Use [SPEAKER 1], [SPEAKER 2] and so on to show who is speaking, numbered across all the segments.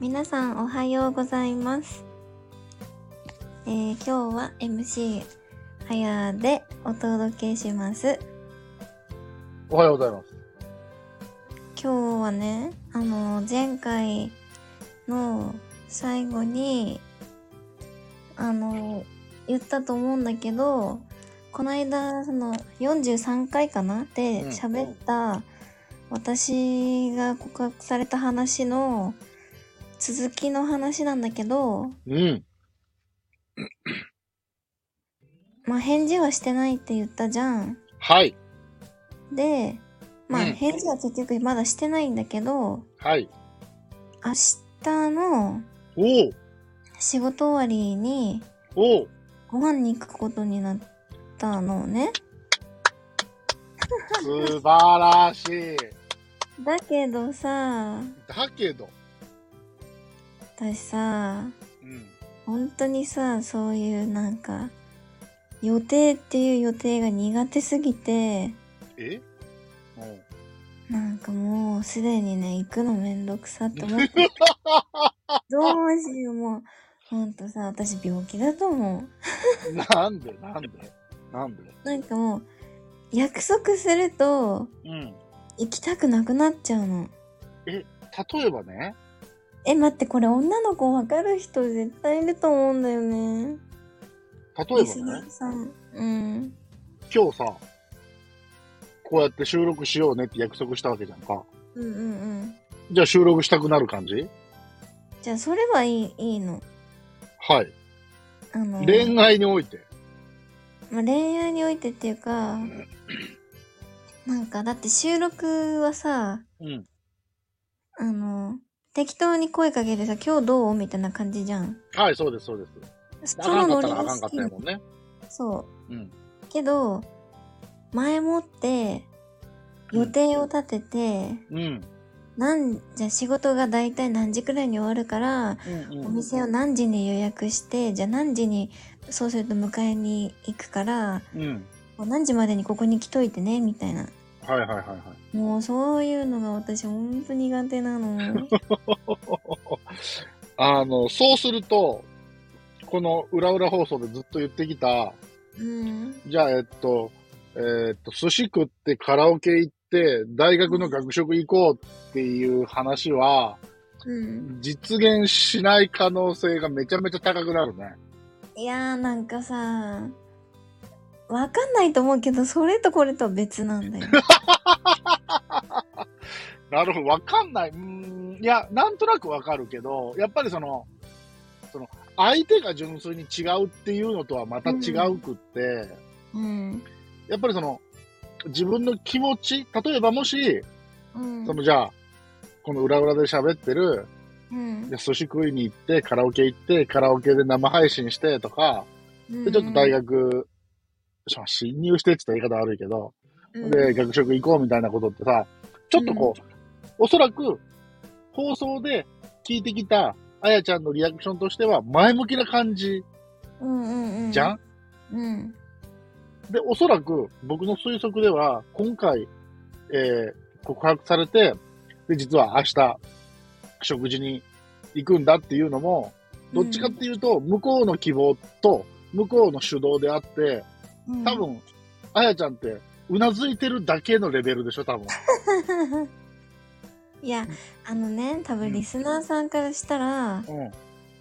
[SPEAKER 1] 皆さんおはようございます。えー今日は MC はやでお届けします。
[SPEAKER 2] おはようございます。
[SPEAKER 1] 今日はね、あの、前回の最後に、あの、言ったと思うんだけど、この間、その、43回かなで
[SPEAKER 2] うん
[SPEAKER 1] 喋った、私が告白された話の続きの話なんだけど、
[SPEAKER 2] うん。
[SPEAKER 1] まあ、返事はしてないって言ったじゃん。
[SPEAKER 2] はい。
[SPEAKER 1] で、まあ、
[SPEAKER 2] うん
[SPEAKER 1] 返事は結局まだしてないんだけど、
[SPEAKER 2] はい。
[SPEAKER 1] 明日の
[SPEAKER 2] おう
[SPEAKER 1] 仕事終わりに、
[SPEAKER 2] おう
[SPEAKER 1] ご飯に行くことになったのね。
[SPEAKER 2] 素晴らしい。
[SPEAKER 1] だけどさ、
[SPEAKER 2] だけど、
[SPEAKER 1] 私さ、
[SPEAKER 2] うん。
[SPEAKER 1] 本当にさ、そういうなんか、予定っていう予定が苦手すぎて、
[SPEAKER 2] えおう
[SPEAKER 1] なんかもうすでにね、行くのめんどくさって思って。どうしよう、もう。ほんとさ、私病気だと思
[SPEAKER 2] なんでなんでなんで
[SPEAKER 1] う。なんかもう、約束すると、
[SPEAKER 2] うん。
[SPEAKER 1] 行きたくなくなっちゃうの。
[SPEAKER 2] 例えばね、
[SPEAKER 1] え、待って、これ女の子わかる人絶対いると思うんだよね。
[SPEAKER 2] 例
[SPEAKER 1] リ
[SPEAKER 2] え
[SPEAKER 1] ス
[SPEAKER 2] ば
[SPEAKER 1] ナ
[SPEAKER 2] ね
[SPEAKER 1] ー、さん。うん。
[SPEAKER 2] 今日さ、こうやって収録しようねって約束したわけじゃんか。
[SPEAKER 1] うんうんうん。
[SPEAKER 2] じゃあ収録したくなる感じ
[SPEAKER 1] じゃあ、それはいい、いいの。
[SPEAKER 2] はい。
[SPEAKER 1] あの、
[SPEAKER 2] 恋愛において。
[SPEAKER 1] まあ、恋愛においてっていうか、なんか、だって収録はさ、
[SPEAKER 2] うん。
[SPEAKER 1] あの、適当に声かけてさ、今日どうみたいな感じじゃん。
[SPEAKER 2] はい、そうです、そうです。あ
[SPEAKER 1] そ
[SPEAKER 2] か
[SPEAKER 1] のノ
[SPEAKER 2] んかった
[SPEAKER 1] リ
[SPEAKER 2] らあ
[SPEAKER 1] が
[SPEAKER 2] かん
[SPEAKER 1] 好
[SPEAKER 2] かった
[SPEAKER 1] き
[SPEAKER 2] やもんね。
[SPEAKER 1] そう。
[SPEAKER 2] うん。
[SPEAKER 1] けど、前もって、予定を立てて、
[SPEAKER 2] うん。
[SPEAKER 1] なん、じゃあ仕事がだいたい何時くらいに終わるから、
[SPEAKER 2] うんうん
[SPEAKER 1] お店を何時に予約して、じゃあ何時に、そうすると迎えに行くから、
[SPEAKER 2] うん。
[SPEAKER 1] もう何時までにここに来といてね、みたいな。
[SPEAKER 2] はいはいはいはい。
[SPEAKER 1] もうそういうのが私ほんと苦手な の。
[SPEAKER 2] あの、そうすると、この裏裏放送でずっと言ってきた、
[SPEAKER 1] うん。
[SPEAKER 2] じゃあ、えっと、えっと、寿司食ってカラオケ行って、大学の学食行こうっていう話は、
[SPEAKER 1] うん。
[SPEAKER 2] 実現しない可能性がめちゃめちゃ高くなるね。
[SPEAKER 1] いやーなんかさ、わかんないと思うけど、それとこれとは別なん だよ。
[SPEAKER 2] なるほど、わかんない。うーん、いや、なんとなくわかるけど、やっぱりその、その、相手が純粋に違うっていうのとはまた違うくって、
[SPEAKER 1] うん。
[SPEAKER 2] やっぱりその、自分の気持ち、例えばもし、
[SPEAKER 1] うん
[SPEAKER 2] そ。のじゃあ、この裏裏で喋ってる、
[SPEAKER 1] うん
[SPEAKER 2] いや寿司食いに行って、カラオケ行って、カラオケで生配信してとか、で、ちょっと大学、まあ侵入してって言ったら言い方悪いけど、
[SPEAKER 1] うん
[SPEAKER 2] で、学食行こうみたいなことってさ、ちょっとこう、おそらく、放送で聞いてきた、あやちゃんのリアクションとしては、前向きな感じ
[SPEAKER 1] うんうんうん。
[SPEAKER 2] じゃん、
[SPEAKER 1] うん。
[SPEAKER 2] で、おそらく、僕の推測では、今回、えー告白されて、で、実は明日、食事に行くんだっていうのも、どっちかっていうと、向こうの希望と、向こうの主導であって、
[SPEAKER 1] うん、
[SPEAKER 2] 多分、あやちゃんって、うなずいてるだけのレベルでしょ、多分。
[SPEAKER 1] いや、あのね、多
[SPEAKER 2] う
[SPEAKER 1] 分
[SPEAKER 2] ん
[SPEAKER 1] リスナーさんからしたら、
[SPEAKER 2] うん。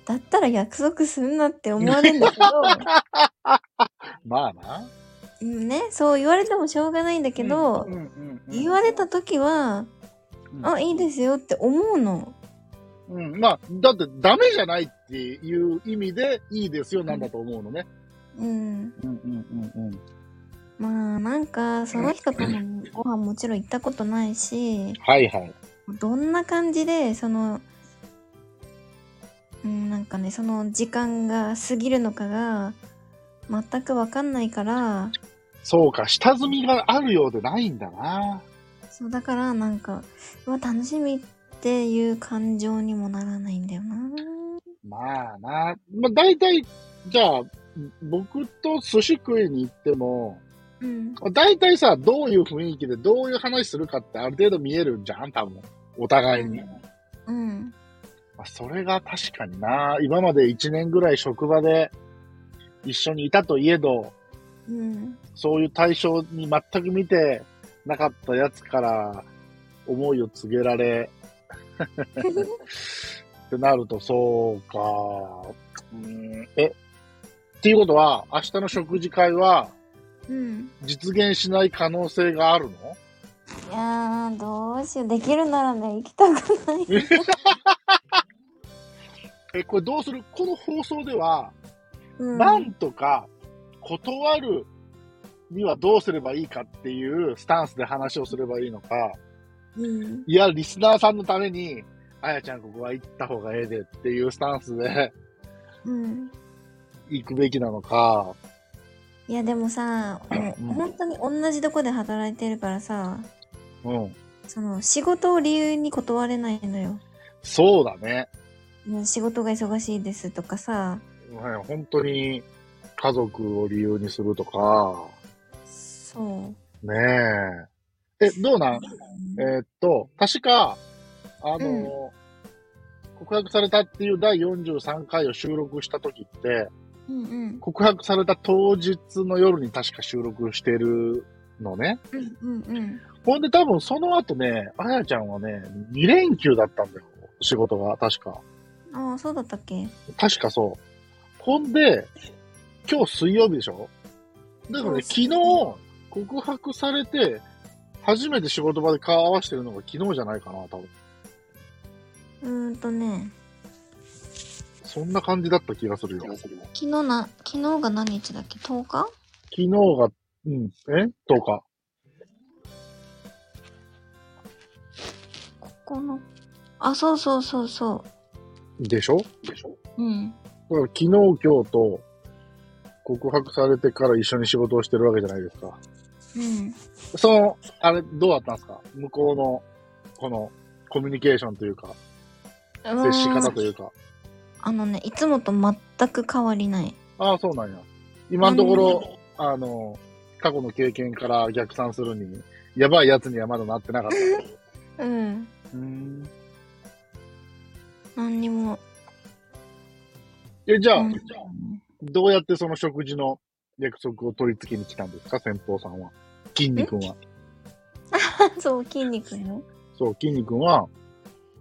[SPEAKER 1] だったら約束すんなって思われるんだけ ど、
[SPEAKER 2] まあな。
[SPEAKER 1] うんね、そう言われてもしょうがないんだけど、
[SPEAKER 2] うんうんうん
[SPEAKER 1] 言われた時は、
[SPEAKER 2] うん
[SPEAKER 1] あ、いいですよって思うの。
[SPEAKER 2] うん。まあ、だって、ダメじゃないっていう意味で、いいですよ、なんだと思うのね。
[SPEAKER 1] うん。
[SPEAKER 2] うんうんうんうん。
[SPEAKER 1] まあ、なんか、その人ともご飯もちろん行ったことないし、
[SPEAKER 2] はいはい。
[SPEAKER 1] どんな感じで、その、うん、なんかね、その時間が過ぎるのかが、全くわかんないから、
[SPEAKER 2] そうか、下積みがあるようでないんだな。
[SPEAKER 1] そう、だから、なんか、うわ、楽しみっていう感情にもならないんだよな。
[SPEAKER 2] まあな。まあ大体、じゃあ、僕と寿司食いに行っても、
[SPEAKER 1] うん。
[SPEAKER 2] 大体さ、どういう雰囲気でどういう話するかってある程度見えるじゃん、多分。お互いに。
[SPEAKER 1] うん。
[SPEAKER 2] まあ、それが確かにな、今まで1年ぐらい職場で一緒にいたといえど、
[SPEAKER 1] うん。
[SPEAKER 2] そういう対象に全く見てなかったやつから思いを告げられ、 ってなると、そうか。うん、え、っていうことは、明日の食事会は
[SPEAKER 1] うん。
[SPEAKER 2] 実現しない可能性があるの
[SPEAKER 1] いやー、どうしよう。できるならね、行きたくない。
[SPEAKER 2] え、これどうするこの放送では、
[SPEAKER 1] うん。
[SPEAKER 2] なんとか断るにはどうすればいいかっていうスタンスで話をすればいいのか、
[SPEAKER 1] うん。
[SPEAKER 2] いや、リスナーさんのために、あやちゃんここは行った方がええでっていうスタンスで
[SPEAKER 1] うん。
[SPEAKER 2] 行くべきなのか、
[SPEAKER 1] いや、でもさ、もう
[SPEAKER 2] うん
[SPEAKER 1] 本当に同じとこで働いてるからさ、
[SPEAKER 2] うん。
[SPEAKER 1] その、仕事を理由に断れないのよ。
[SPEAKER 2] そうだね。
[SPEAKER 1] うん仕事が忙しいですとかさ、
[SPEAKER 2] はい本当に家族を理由にするとか、
[SPEAKER 1] そ
[SPEAKER 2] ねえ。え、どうなん
[SPEAKER 1] う。
[SPEAKER 2] えーっと、確か、あの、
[SPEAKER 1] うん
[SPEAKER 2] 告白されたっていう第43回を収録した時って、
[SPEAKER 1] うんうん。
[SPEAKER 2] 告白された当日の夜に確か収録してるのね。
[SPEAKER 1] うんうんうん。
[SPEAKER 2] ほんで多分その後ね、あやちゃんはね、2連休だったんだよ。仕事が、確か。
[SPEAKER 1] ああ、そうだったっけ
[SPEAKER 2] 確かそう。ほんで、今日水曜日でしょだからね、
[SPEAKER 1] そ
[SPEAKER 2] 昨
[SPEAKER 1] う
[SPEAKER 2] 日告白されて、初めて仕事場で顔合わせてるのが昨日じゃないかな、多分。
[SPEAKER 1] うーんとね、
[SPEAKER 2] そんな感じだった気がするよ。
[SPEAKER 1] 昨日な、昨日が何日だっけ ?10 日
[SPEAKER 2] 昨日が、うん、え ?10 日。
[SPEAKER 1] ここの。あ、そうそうそうそ
[SPEAKER 2] でしょでしょ
[SPEAKER 1] う。うん。
[SPEAKER 2] だから昨日、今日と告白されてから一緒に仕事をしてるわけじゃないですか。
[SPEAKER 1] うん。
[SPEAKER 2] その、あれ、どうだったんですか向こうの、この、コミュニケーションというか、接し方というか。
[SPEAKER 1] あのね、いつもと全く変わりない。
[SPEAKER 2] ああ、そうなんや。今のところ、あの、過去の経験から逆算するに、やばいやつにはまだなってなかった。
[SPEAKER 1] うん。
[SPEAKER 2] うーん。
[SPEAKER 1] 何にも。
[SPEAKER 2] え、じゃあ、
[SPEAKER 1] うん
[SPEAKER 2] どうやってその食事の約束を取り付けに来たんですか先方さんは。筋肉は。
[SPEAKER 1] そう、筋肉の
[SPEAKER 2] そう、筋肉は、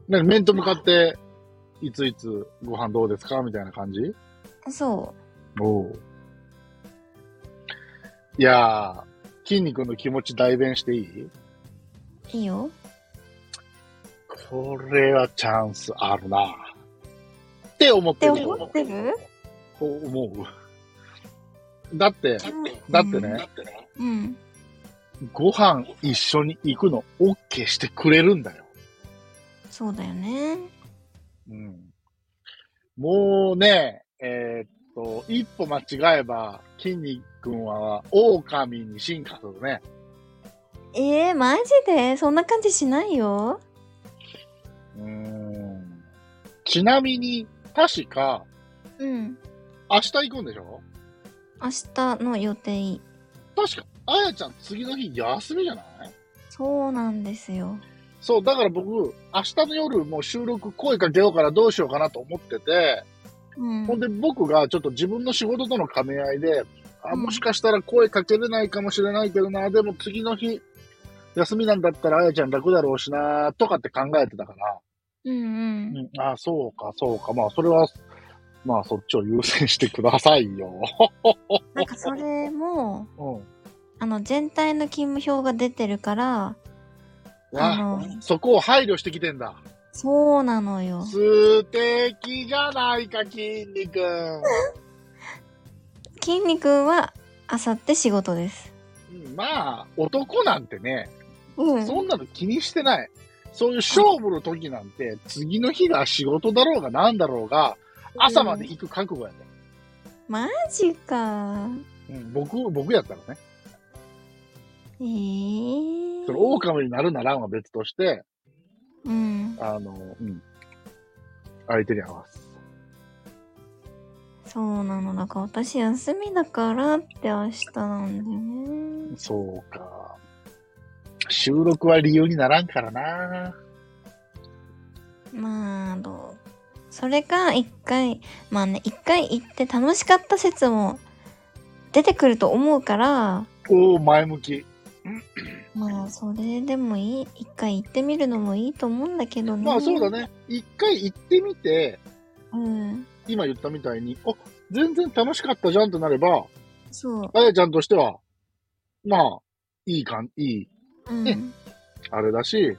[SPEAKER 2] なんか面と向かって、いついつご飯どうですかみたいな感じ
[SPEAKER 1] そ。
[SPEAKER 2] おういやー、筋肉の気持ち代弁していいう
[SPEAKER 1] いいよ。
[SPEAKER 2] これはチャンスあるなって思っ
[SPEAKER 1] って
[SPEAKER 2] る。
[SPEAKER 1] 思ってる
[SPEAKER 2] と思う。だって、だってね、
[SPEAKER 1] うん。
[SPEAKER 2] ご飯一緒に行くの OK してくれるんだよ。
[SPEAKER 1] そうだよね。
[SPEAKER 2] うん。もうね、えーっと、一歩間違えば、筋肉くんは、狼に進化するね。
[SPEAKER 1] ええー、マジでそんな感じしないよ。
[SPEAKER 2] うーん。ちなみに、確か、
[SPEAKER 1] うん。
[SPEAKER 2] 明日行くんでしょ
[SPEAKER 1] 明日の予定。
[SPEAKER 2] 確か、あやちゃん次の日休みじゃない
[SPEAKER 1] そうなんですよ。
[SPEAKER 2] そう、だから僕、明日の夜もう収録声かけようからどうしようかなと思ってて、
[SPEAKER 1] うん。
[SPEAKER 2] ほんで僕がちょっと自分の仕事との兼ね合いで、あ、
[SPEAKER 1] うん
[SPEAKER 2] もしかしたら声かけれないかもしれないけどな、でも次の日、休みなんだったらあやちゃん楽だろうしな、とかって考えてたから、
[SPEAKER 1] うんうん。
[SPEAKER 2] うん、あ、そうか、そうか、まあそれは、まあそっちを優先してくださいよ。
[SPEAKER 1] なんかそれも、
[SPEAKER 2] うん。
[SPEAKER 1] あの、全体の勤務表が出てるから、あ
[SPEAKER 2] あ、
[SPEAKER 1] の、
[SPEAKER 2] そこを配慮してきてんだ。
[SPEAKER 1] そうなのよ。
[SPEAKER 2] 素敵じゃないか、筋肉。
[SPEAKER 1] 筋肉は、あさって仕事です。
[SPEAKER 2] うんまあ、男なんてね、
[SPEAKER 1] う
[SPEAKER 2] そんなの気にしてない。そういう勝負の時なんて、次の日が仕事だろうがなんだろうが、朝まで行く覚悟やね。
[SPEAKER 1] マジか。
[SPEAKER 2] うん、僕、僕やったらね。
[SPEAKER 1] ええー。
[SPEAKER 2] その、狼になるならんは別として、
[SPEAKER 1] うん。
[SPEAKER 2] あの、うん。相手に合わす。
[SPEAKER 1] そうなの。だから私休みだからって明日なんだよね。
[SPEAKER 2] そうか。収録は理由にならんからな。
[SPEAKER 1] まあ、どうそれか一回まあね一回行って楽しかった説も出てくると思うから
[SPEAKER 2] おお、前向き。
[SPEAKER 1] まあそれでもいい一回行ってみるのもいいと思うんだけどね
[SPEAKER 2] まあそうだね。一回行ってみて、
[SPEAKER 1] うん
[SPEAKER 2] 今言ったみたいに、あ、全然楽しかったじゃんとなれば、
[SPEAKER 1] そう
[SPEAKER 2] あやちゃんとしては、まあ、いいかん、いい、
[SPEAKER 1] うん
[SPEAKER 2] あれだし、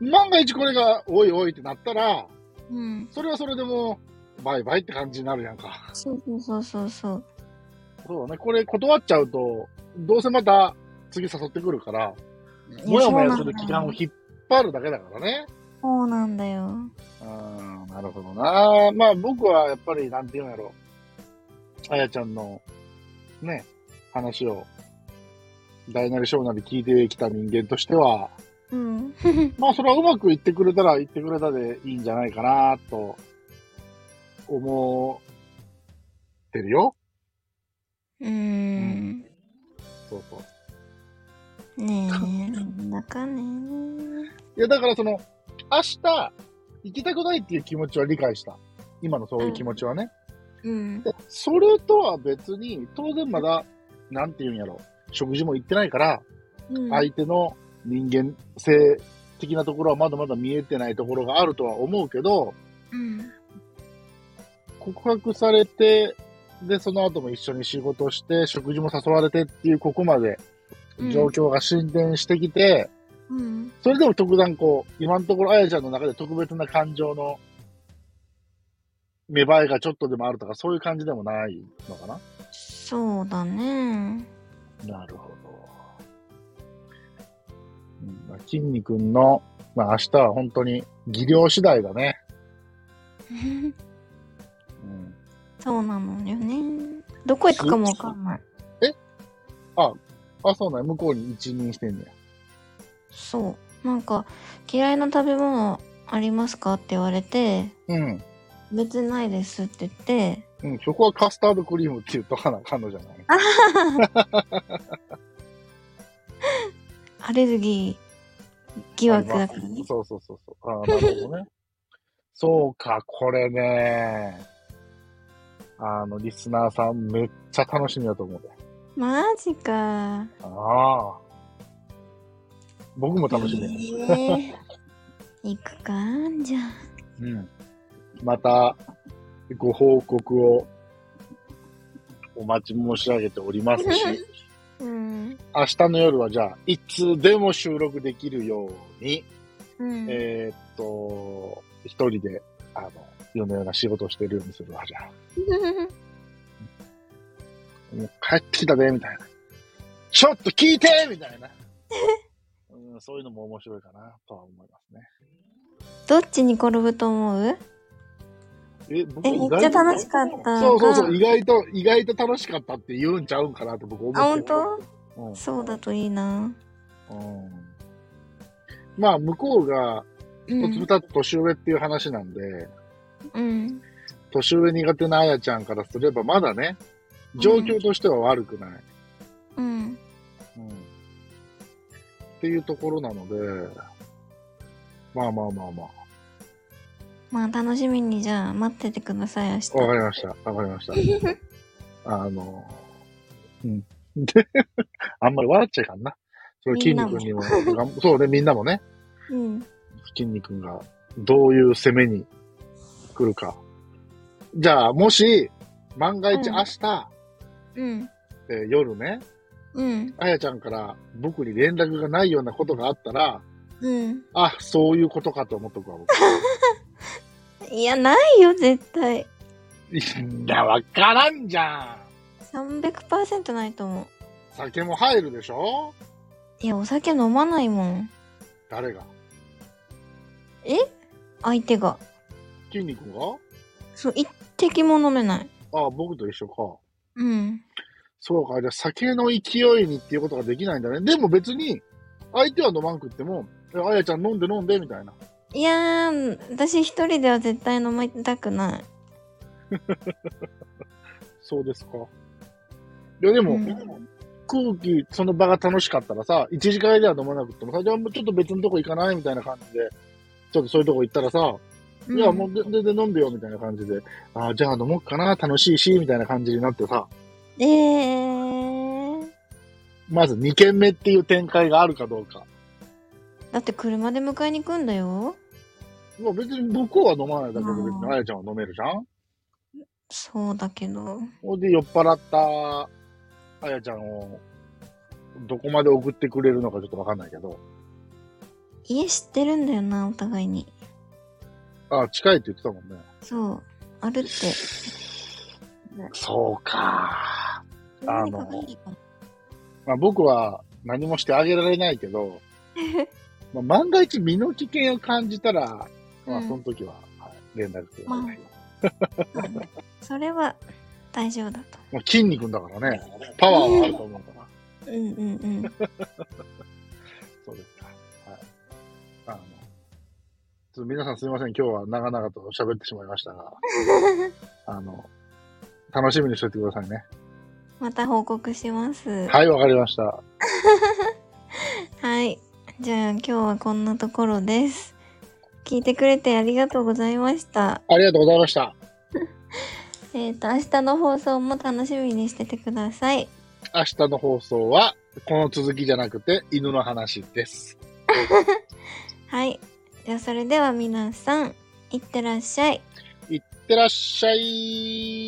[SPEAKER 2] 万が一これが、おいおいってなったら、
[SPEAKER 1] うん
[SPEAKER 2] それはそれでもう、バイバイって感じになるやんか。
[SPEAKER 1] そうそうそうそうそう
[SPEAKER 2] そうだね。これ断っちゃうと、どうせまた次誘ってくるから、
[SPEAKER 1] い
[SPEAKER 2] もやもやす
[SPEAKER 1] そう
[SPEAKER 2] る
[SPEAKER 1] なんだ
[SPEAKER 2] 期間を引っ張るだけだからね。
[SPEAKER 1] そうなんだよ
[SPEAKER 2] うん、なるほどな。まあ僕はやっぱり、なんていうんやろあやちゃんの、ね、話を、大なり小なり聞いてきた人間としては、
[SPEAKER 1] うん
[SPEAKER 2] まあそれはうまくいってくれたらいってくれたでいいんじゃないかな、と、思ってるよ。
[SPEAKER 1] うん
[SPEAKER 2] そうそう。
[SPEAKER 1] ねえなんだかね
[SPEAKER 2] いや、だからその、明日、行きたくないっていう気持ちは理解した。今のそういう気持ちはね。
[SPEAKER 1] うん
[SPEAKER 2] でそれとは別に、当然まだ、なんて言うんやろ、食事も行ってないから、
[SPEAKER 1] うん
[SPEAKER 2] 相手の人間性的なところはまだまだ見えてないところがあるとは思うけど、
[SPEAKER 1] うん
[SPEAKER 2] 告白されて、で、その後も一緒に仕事して、食事も誘われてっていう、ここまで
[SPEAKER 1] うん
[SPEAKER 2] 状況が進展してきて、
[SPEAKER 1] うん
[SPEAKER 2] それでも特段こう、今のところあやちゃんの中で特別な感情の芽生えがちょっとでもあるとか、そういう感じでもないのかな
[SPEAKER 1] そうだ ね
[SPEAKER 2] なるほど。うんまあ筋肉の、まあ明日は本当に技量次第だね。うん、
[SPEAKER 1] そうなのよね。どこ行くかもわかんない。
[SPEAKER 2] あ、そうなんや向こうに一任してんねや。
[SPEAKER 1] そう。なんか、嫌いな食べ物ありますかって言われて、
[SPEAKER 2] うん。
[SPEAKER 1] 別にないですって言 って、
[SPEAKER 2] うん、そこはカスタードクリームって言っとかなあかんのじゃない
[SPEAKER 1] アレルギー疑惑だから
[SPEAKER 2] ありま
[SPEAKER 1] ね
[SPEAKER 2] す。そうそうそうそう。あーなるほどね。 そうか、これね。あの、リスナーさんめっちゃ楽しみだと思うで。
[SPEAKER 1] マジか。
[SPEAKER 2] ああ。僕も楽しみやね。
[SPEAKER 1] えー行くかじゃあ。
[SPEAKER 2] うん。また、ご報告をお待ち申し上げておりますし、
[SPEAKER 1] うん。
[SPEAKER 2] 明日の夜はじゃあ、いつでも収録できるように、
[SPEAKER 1] うん。
[SPEAKER 2] えーっと、一人で、あの、夜のような仕事をしてるようにするわ、じゃあ。もう帰ってきたで、みたいな。ちょっと聞いてみたい な。うん、そういうのも面白いかな、とは思いますね。
[SPEAKER 1] どっちに転ぶと思う
[SPEAKER 2] え、僕
[SPEAKER 1] え、めっちゃ楽しかった。
[SPEAKER 2] そうそうそう、
[SPEAKER 1] が
[SPEAKER 2] 意外と、意外と楽しかったって言うんちゃうんかなと僕思って
[SPEAKER 1] あ、本当
[SPEAKER 2] 当うん。
[SPEAKER 1] そうだといいな。
[SPEAKER 2] うんまあ、向こうが、
[SPEAKER 1] う
[SPEAKER 2] とつぶ
[SPEAKER 1] ん。
[SPEAKER 2] た年上っていう話なんで、
[SPEAKER 1] うん。
[SPEAKER 2] 年上苦手なあやちゃんからすれば、まだね、状況としては悪くない。
[SPEAKER 1] うん。
[SPEAKER 2] うんっていうところなので、まあまあまあま
[SPEAKER 1] まあ楽しみにじゃあ待っててください明日
[SPEAKER 2] あ。わかりました。わかりました。 あの、うん。 あんまり笑っちゃいかんな。それ、筋肉にも、がんそうね、みんなもね。
[SPEAKER 1] うん。
[SPEAKER 2] 筋肉がどういう攻めに来るか。じゃあ、もし、万が一
[SPEAKER 1] うん
[SPEAKER 2] 明日、
[SPEAKER 1] うん。
[SPEAKER 2] えー夜ね、
[SPEAKER 1] うん。
[SPEAKER 2] あやちゃんから僕に連絡がないようなことがあったら、
[SPEAKER 1] うん。
[SPEAKER 2] あ、そういうことかと思っとく わ、僕。
[SPEAKER 1] いや、ないよ、絶対。
[SPEAKER 2] いや、わからんじゃん。
[SPEAKER 1] 300%ないと思う。
[SPEAKER 2] 酒も入るでしょ
[SPEAKER 1] いや、お酒飲まないもん。
[SPEAKER 2] 誰が
[SPEAKER 1] 相手が。
[SPEAKER 2] 筋肉が
[SPEAKER 1] そう、一滴も飲めない。
[SPEAKER 2] あ僕と一緒か。
[SPEAKER 1] うん。
[SPEAKER 2] そうか、じゃあ酒の勢いにっていうことができないんだね。でも別に、相手は飲まんくっても、えあやちゃん飲んで飲んで、みたいな。
[SPEAKER 1] いやー、私一人では絶対飲みたくない。
[SPEAKER 2] そうですか。いや、でも、
[SPEAKER 1] うん
[SPEAKER 2] 空気、その場が楽しかったらさ、一時会では飲まなくってもさ、じゃあもうちょっと別のとこ行かないみたいな感じで、ちょっとそういうとこ行ったらさ、
[SPEAKER 1] うん
[SPEAKER 2] いや、もう全全然飲んでよ、みたいな感じで。ああ、じゃあ飲もうかな、楽しいし、みたいな感じになってさ、
[SPEAKER 1] えー、
[SPEAKER 2] まず2軒目っていう展開があるかどうか。
[SPEAKER 1] だって車で迎えに行くんだよ
[SPEAKER 2] まあ別に向こうは飲まないだけど、別
[SPEAKER 1] う
[SPEAKER 2] に
[SPEAKER 1] ん
[SPEAKER 2] あやちゃんは飲めるじゃん
[SPEAKER 1] そうだけど
[SPEAKER 2] ほんで酔っ払ったあやちゃんを、どこまで送ってくれるのかちょっとわかんないけど、
[SPEAKER 1] 家知ってるんだよなお互いに
[SPEAKER 2] ああ、近いって言ってたもんね。
[SPEAKER 1] そうあるって
[SPEAKER 2] そうか。あの
[SPEAKER 1] 車にかかるか
[SPEAKER 2] まあ僕は何もしてあげられないけど、 まあ万が一身の危険を感じたら、ま
[SPEAKER 1] う
[SPEAKER 2] あ
[SPEAKER 1] ん
[SPEAKER 2] その時は、はい、連絡ください。
[SPEAKER 1] ら まあそれは大丈夫だと
[SPEAKER 2] まあ、筋肉だからね、パワーはあると思うか
[SPEAKER 1] う
[SPEAKER 2] ら。
[SPEAKER 1] んうんうん
[SPEAKER 2] そうですか。はい。あの、ちょっと皆さんすみません、今日は長々と喋ってしまいました が、あの、楽しみにしておいてくださいね。
[SPEAKER 1] また報告しますは
[SPEAKER 2] はい、わかりました。
[SPEAKER 1] い、じゃあ今日はこんなところです聞いてくれてありがとうございました
[SPEAKER 2] ありがとうございました。
[SPEAKER 1] えっ、と明日の放送も楽しみにしててください
[SPEAKER 2] 明日の放送は、この続きじゃなくて、犬の話です。
[SPEAKER 1] はいじゃあそれでは皆さんいってらっしゃい
[SPEAKER 2] いってらっしゃい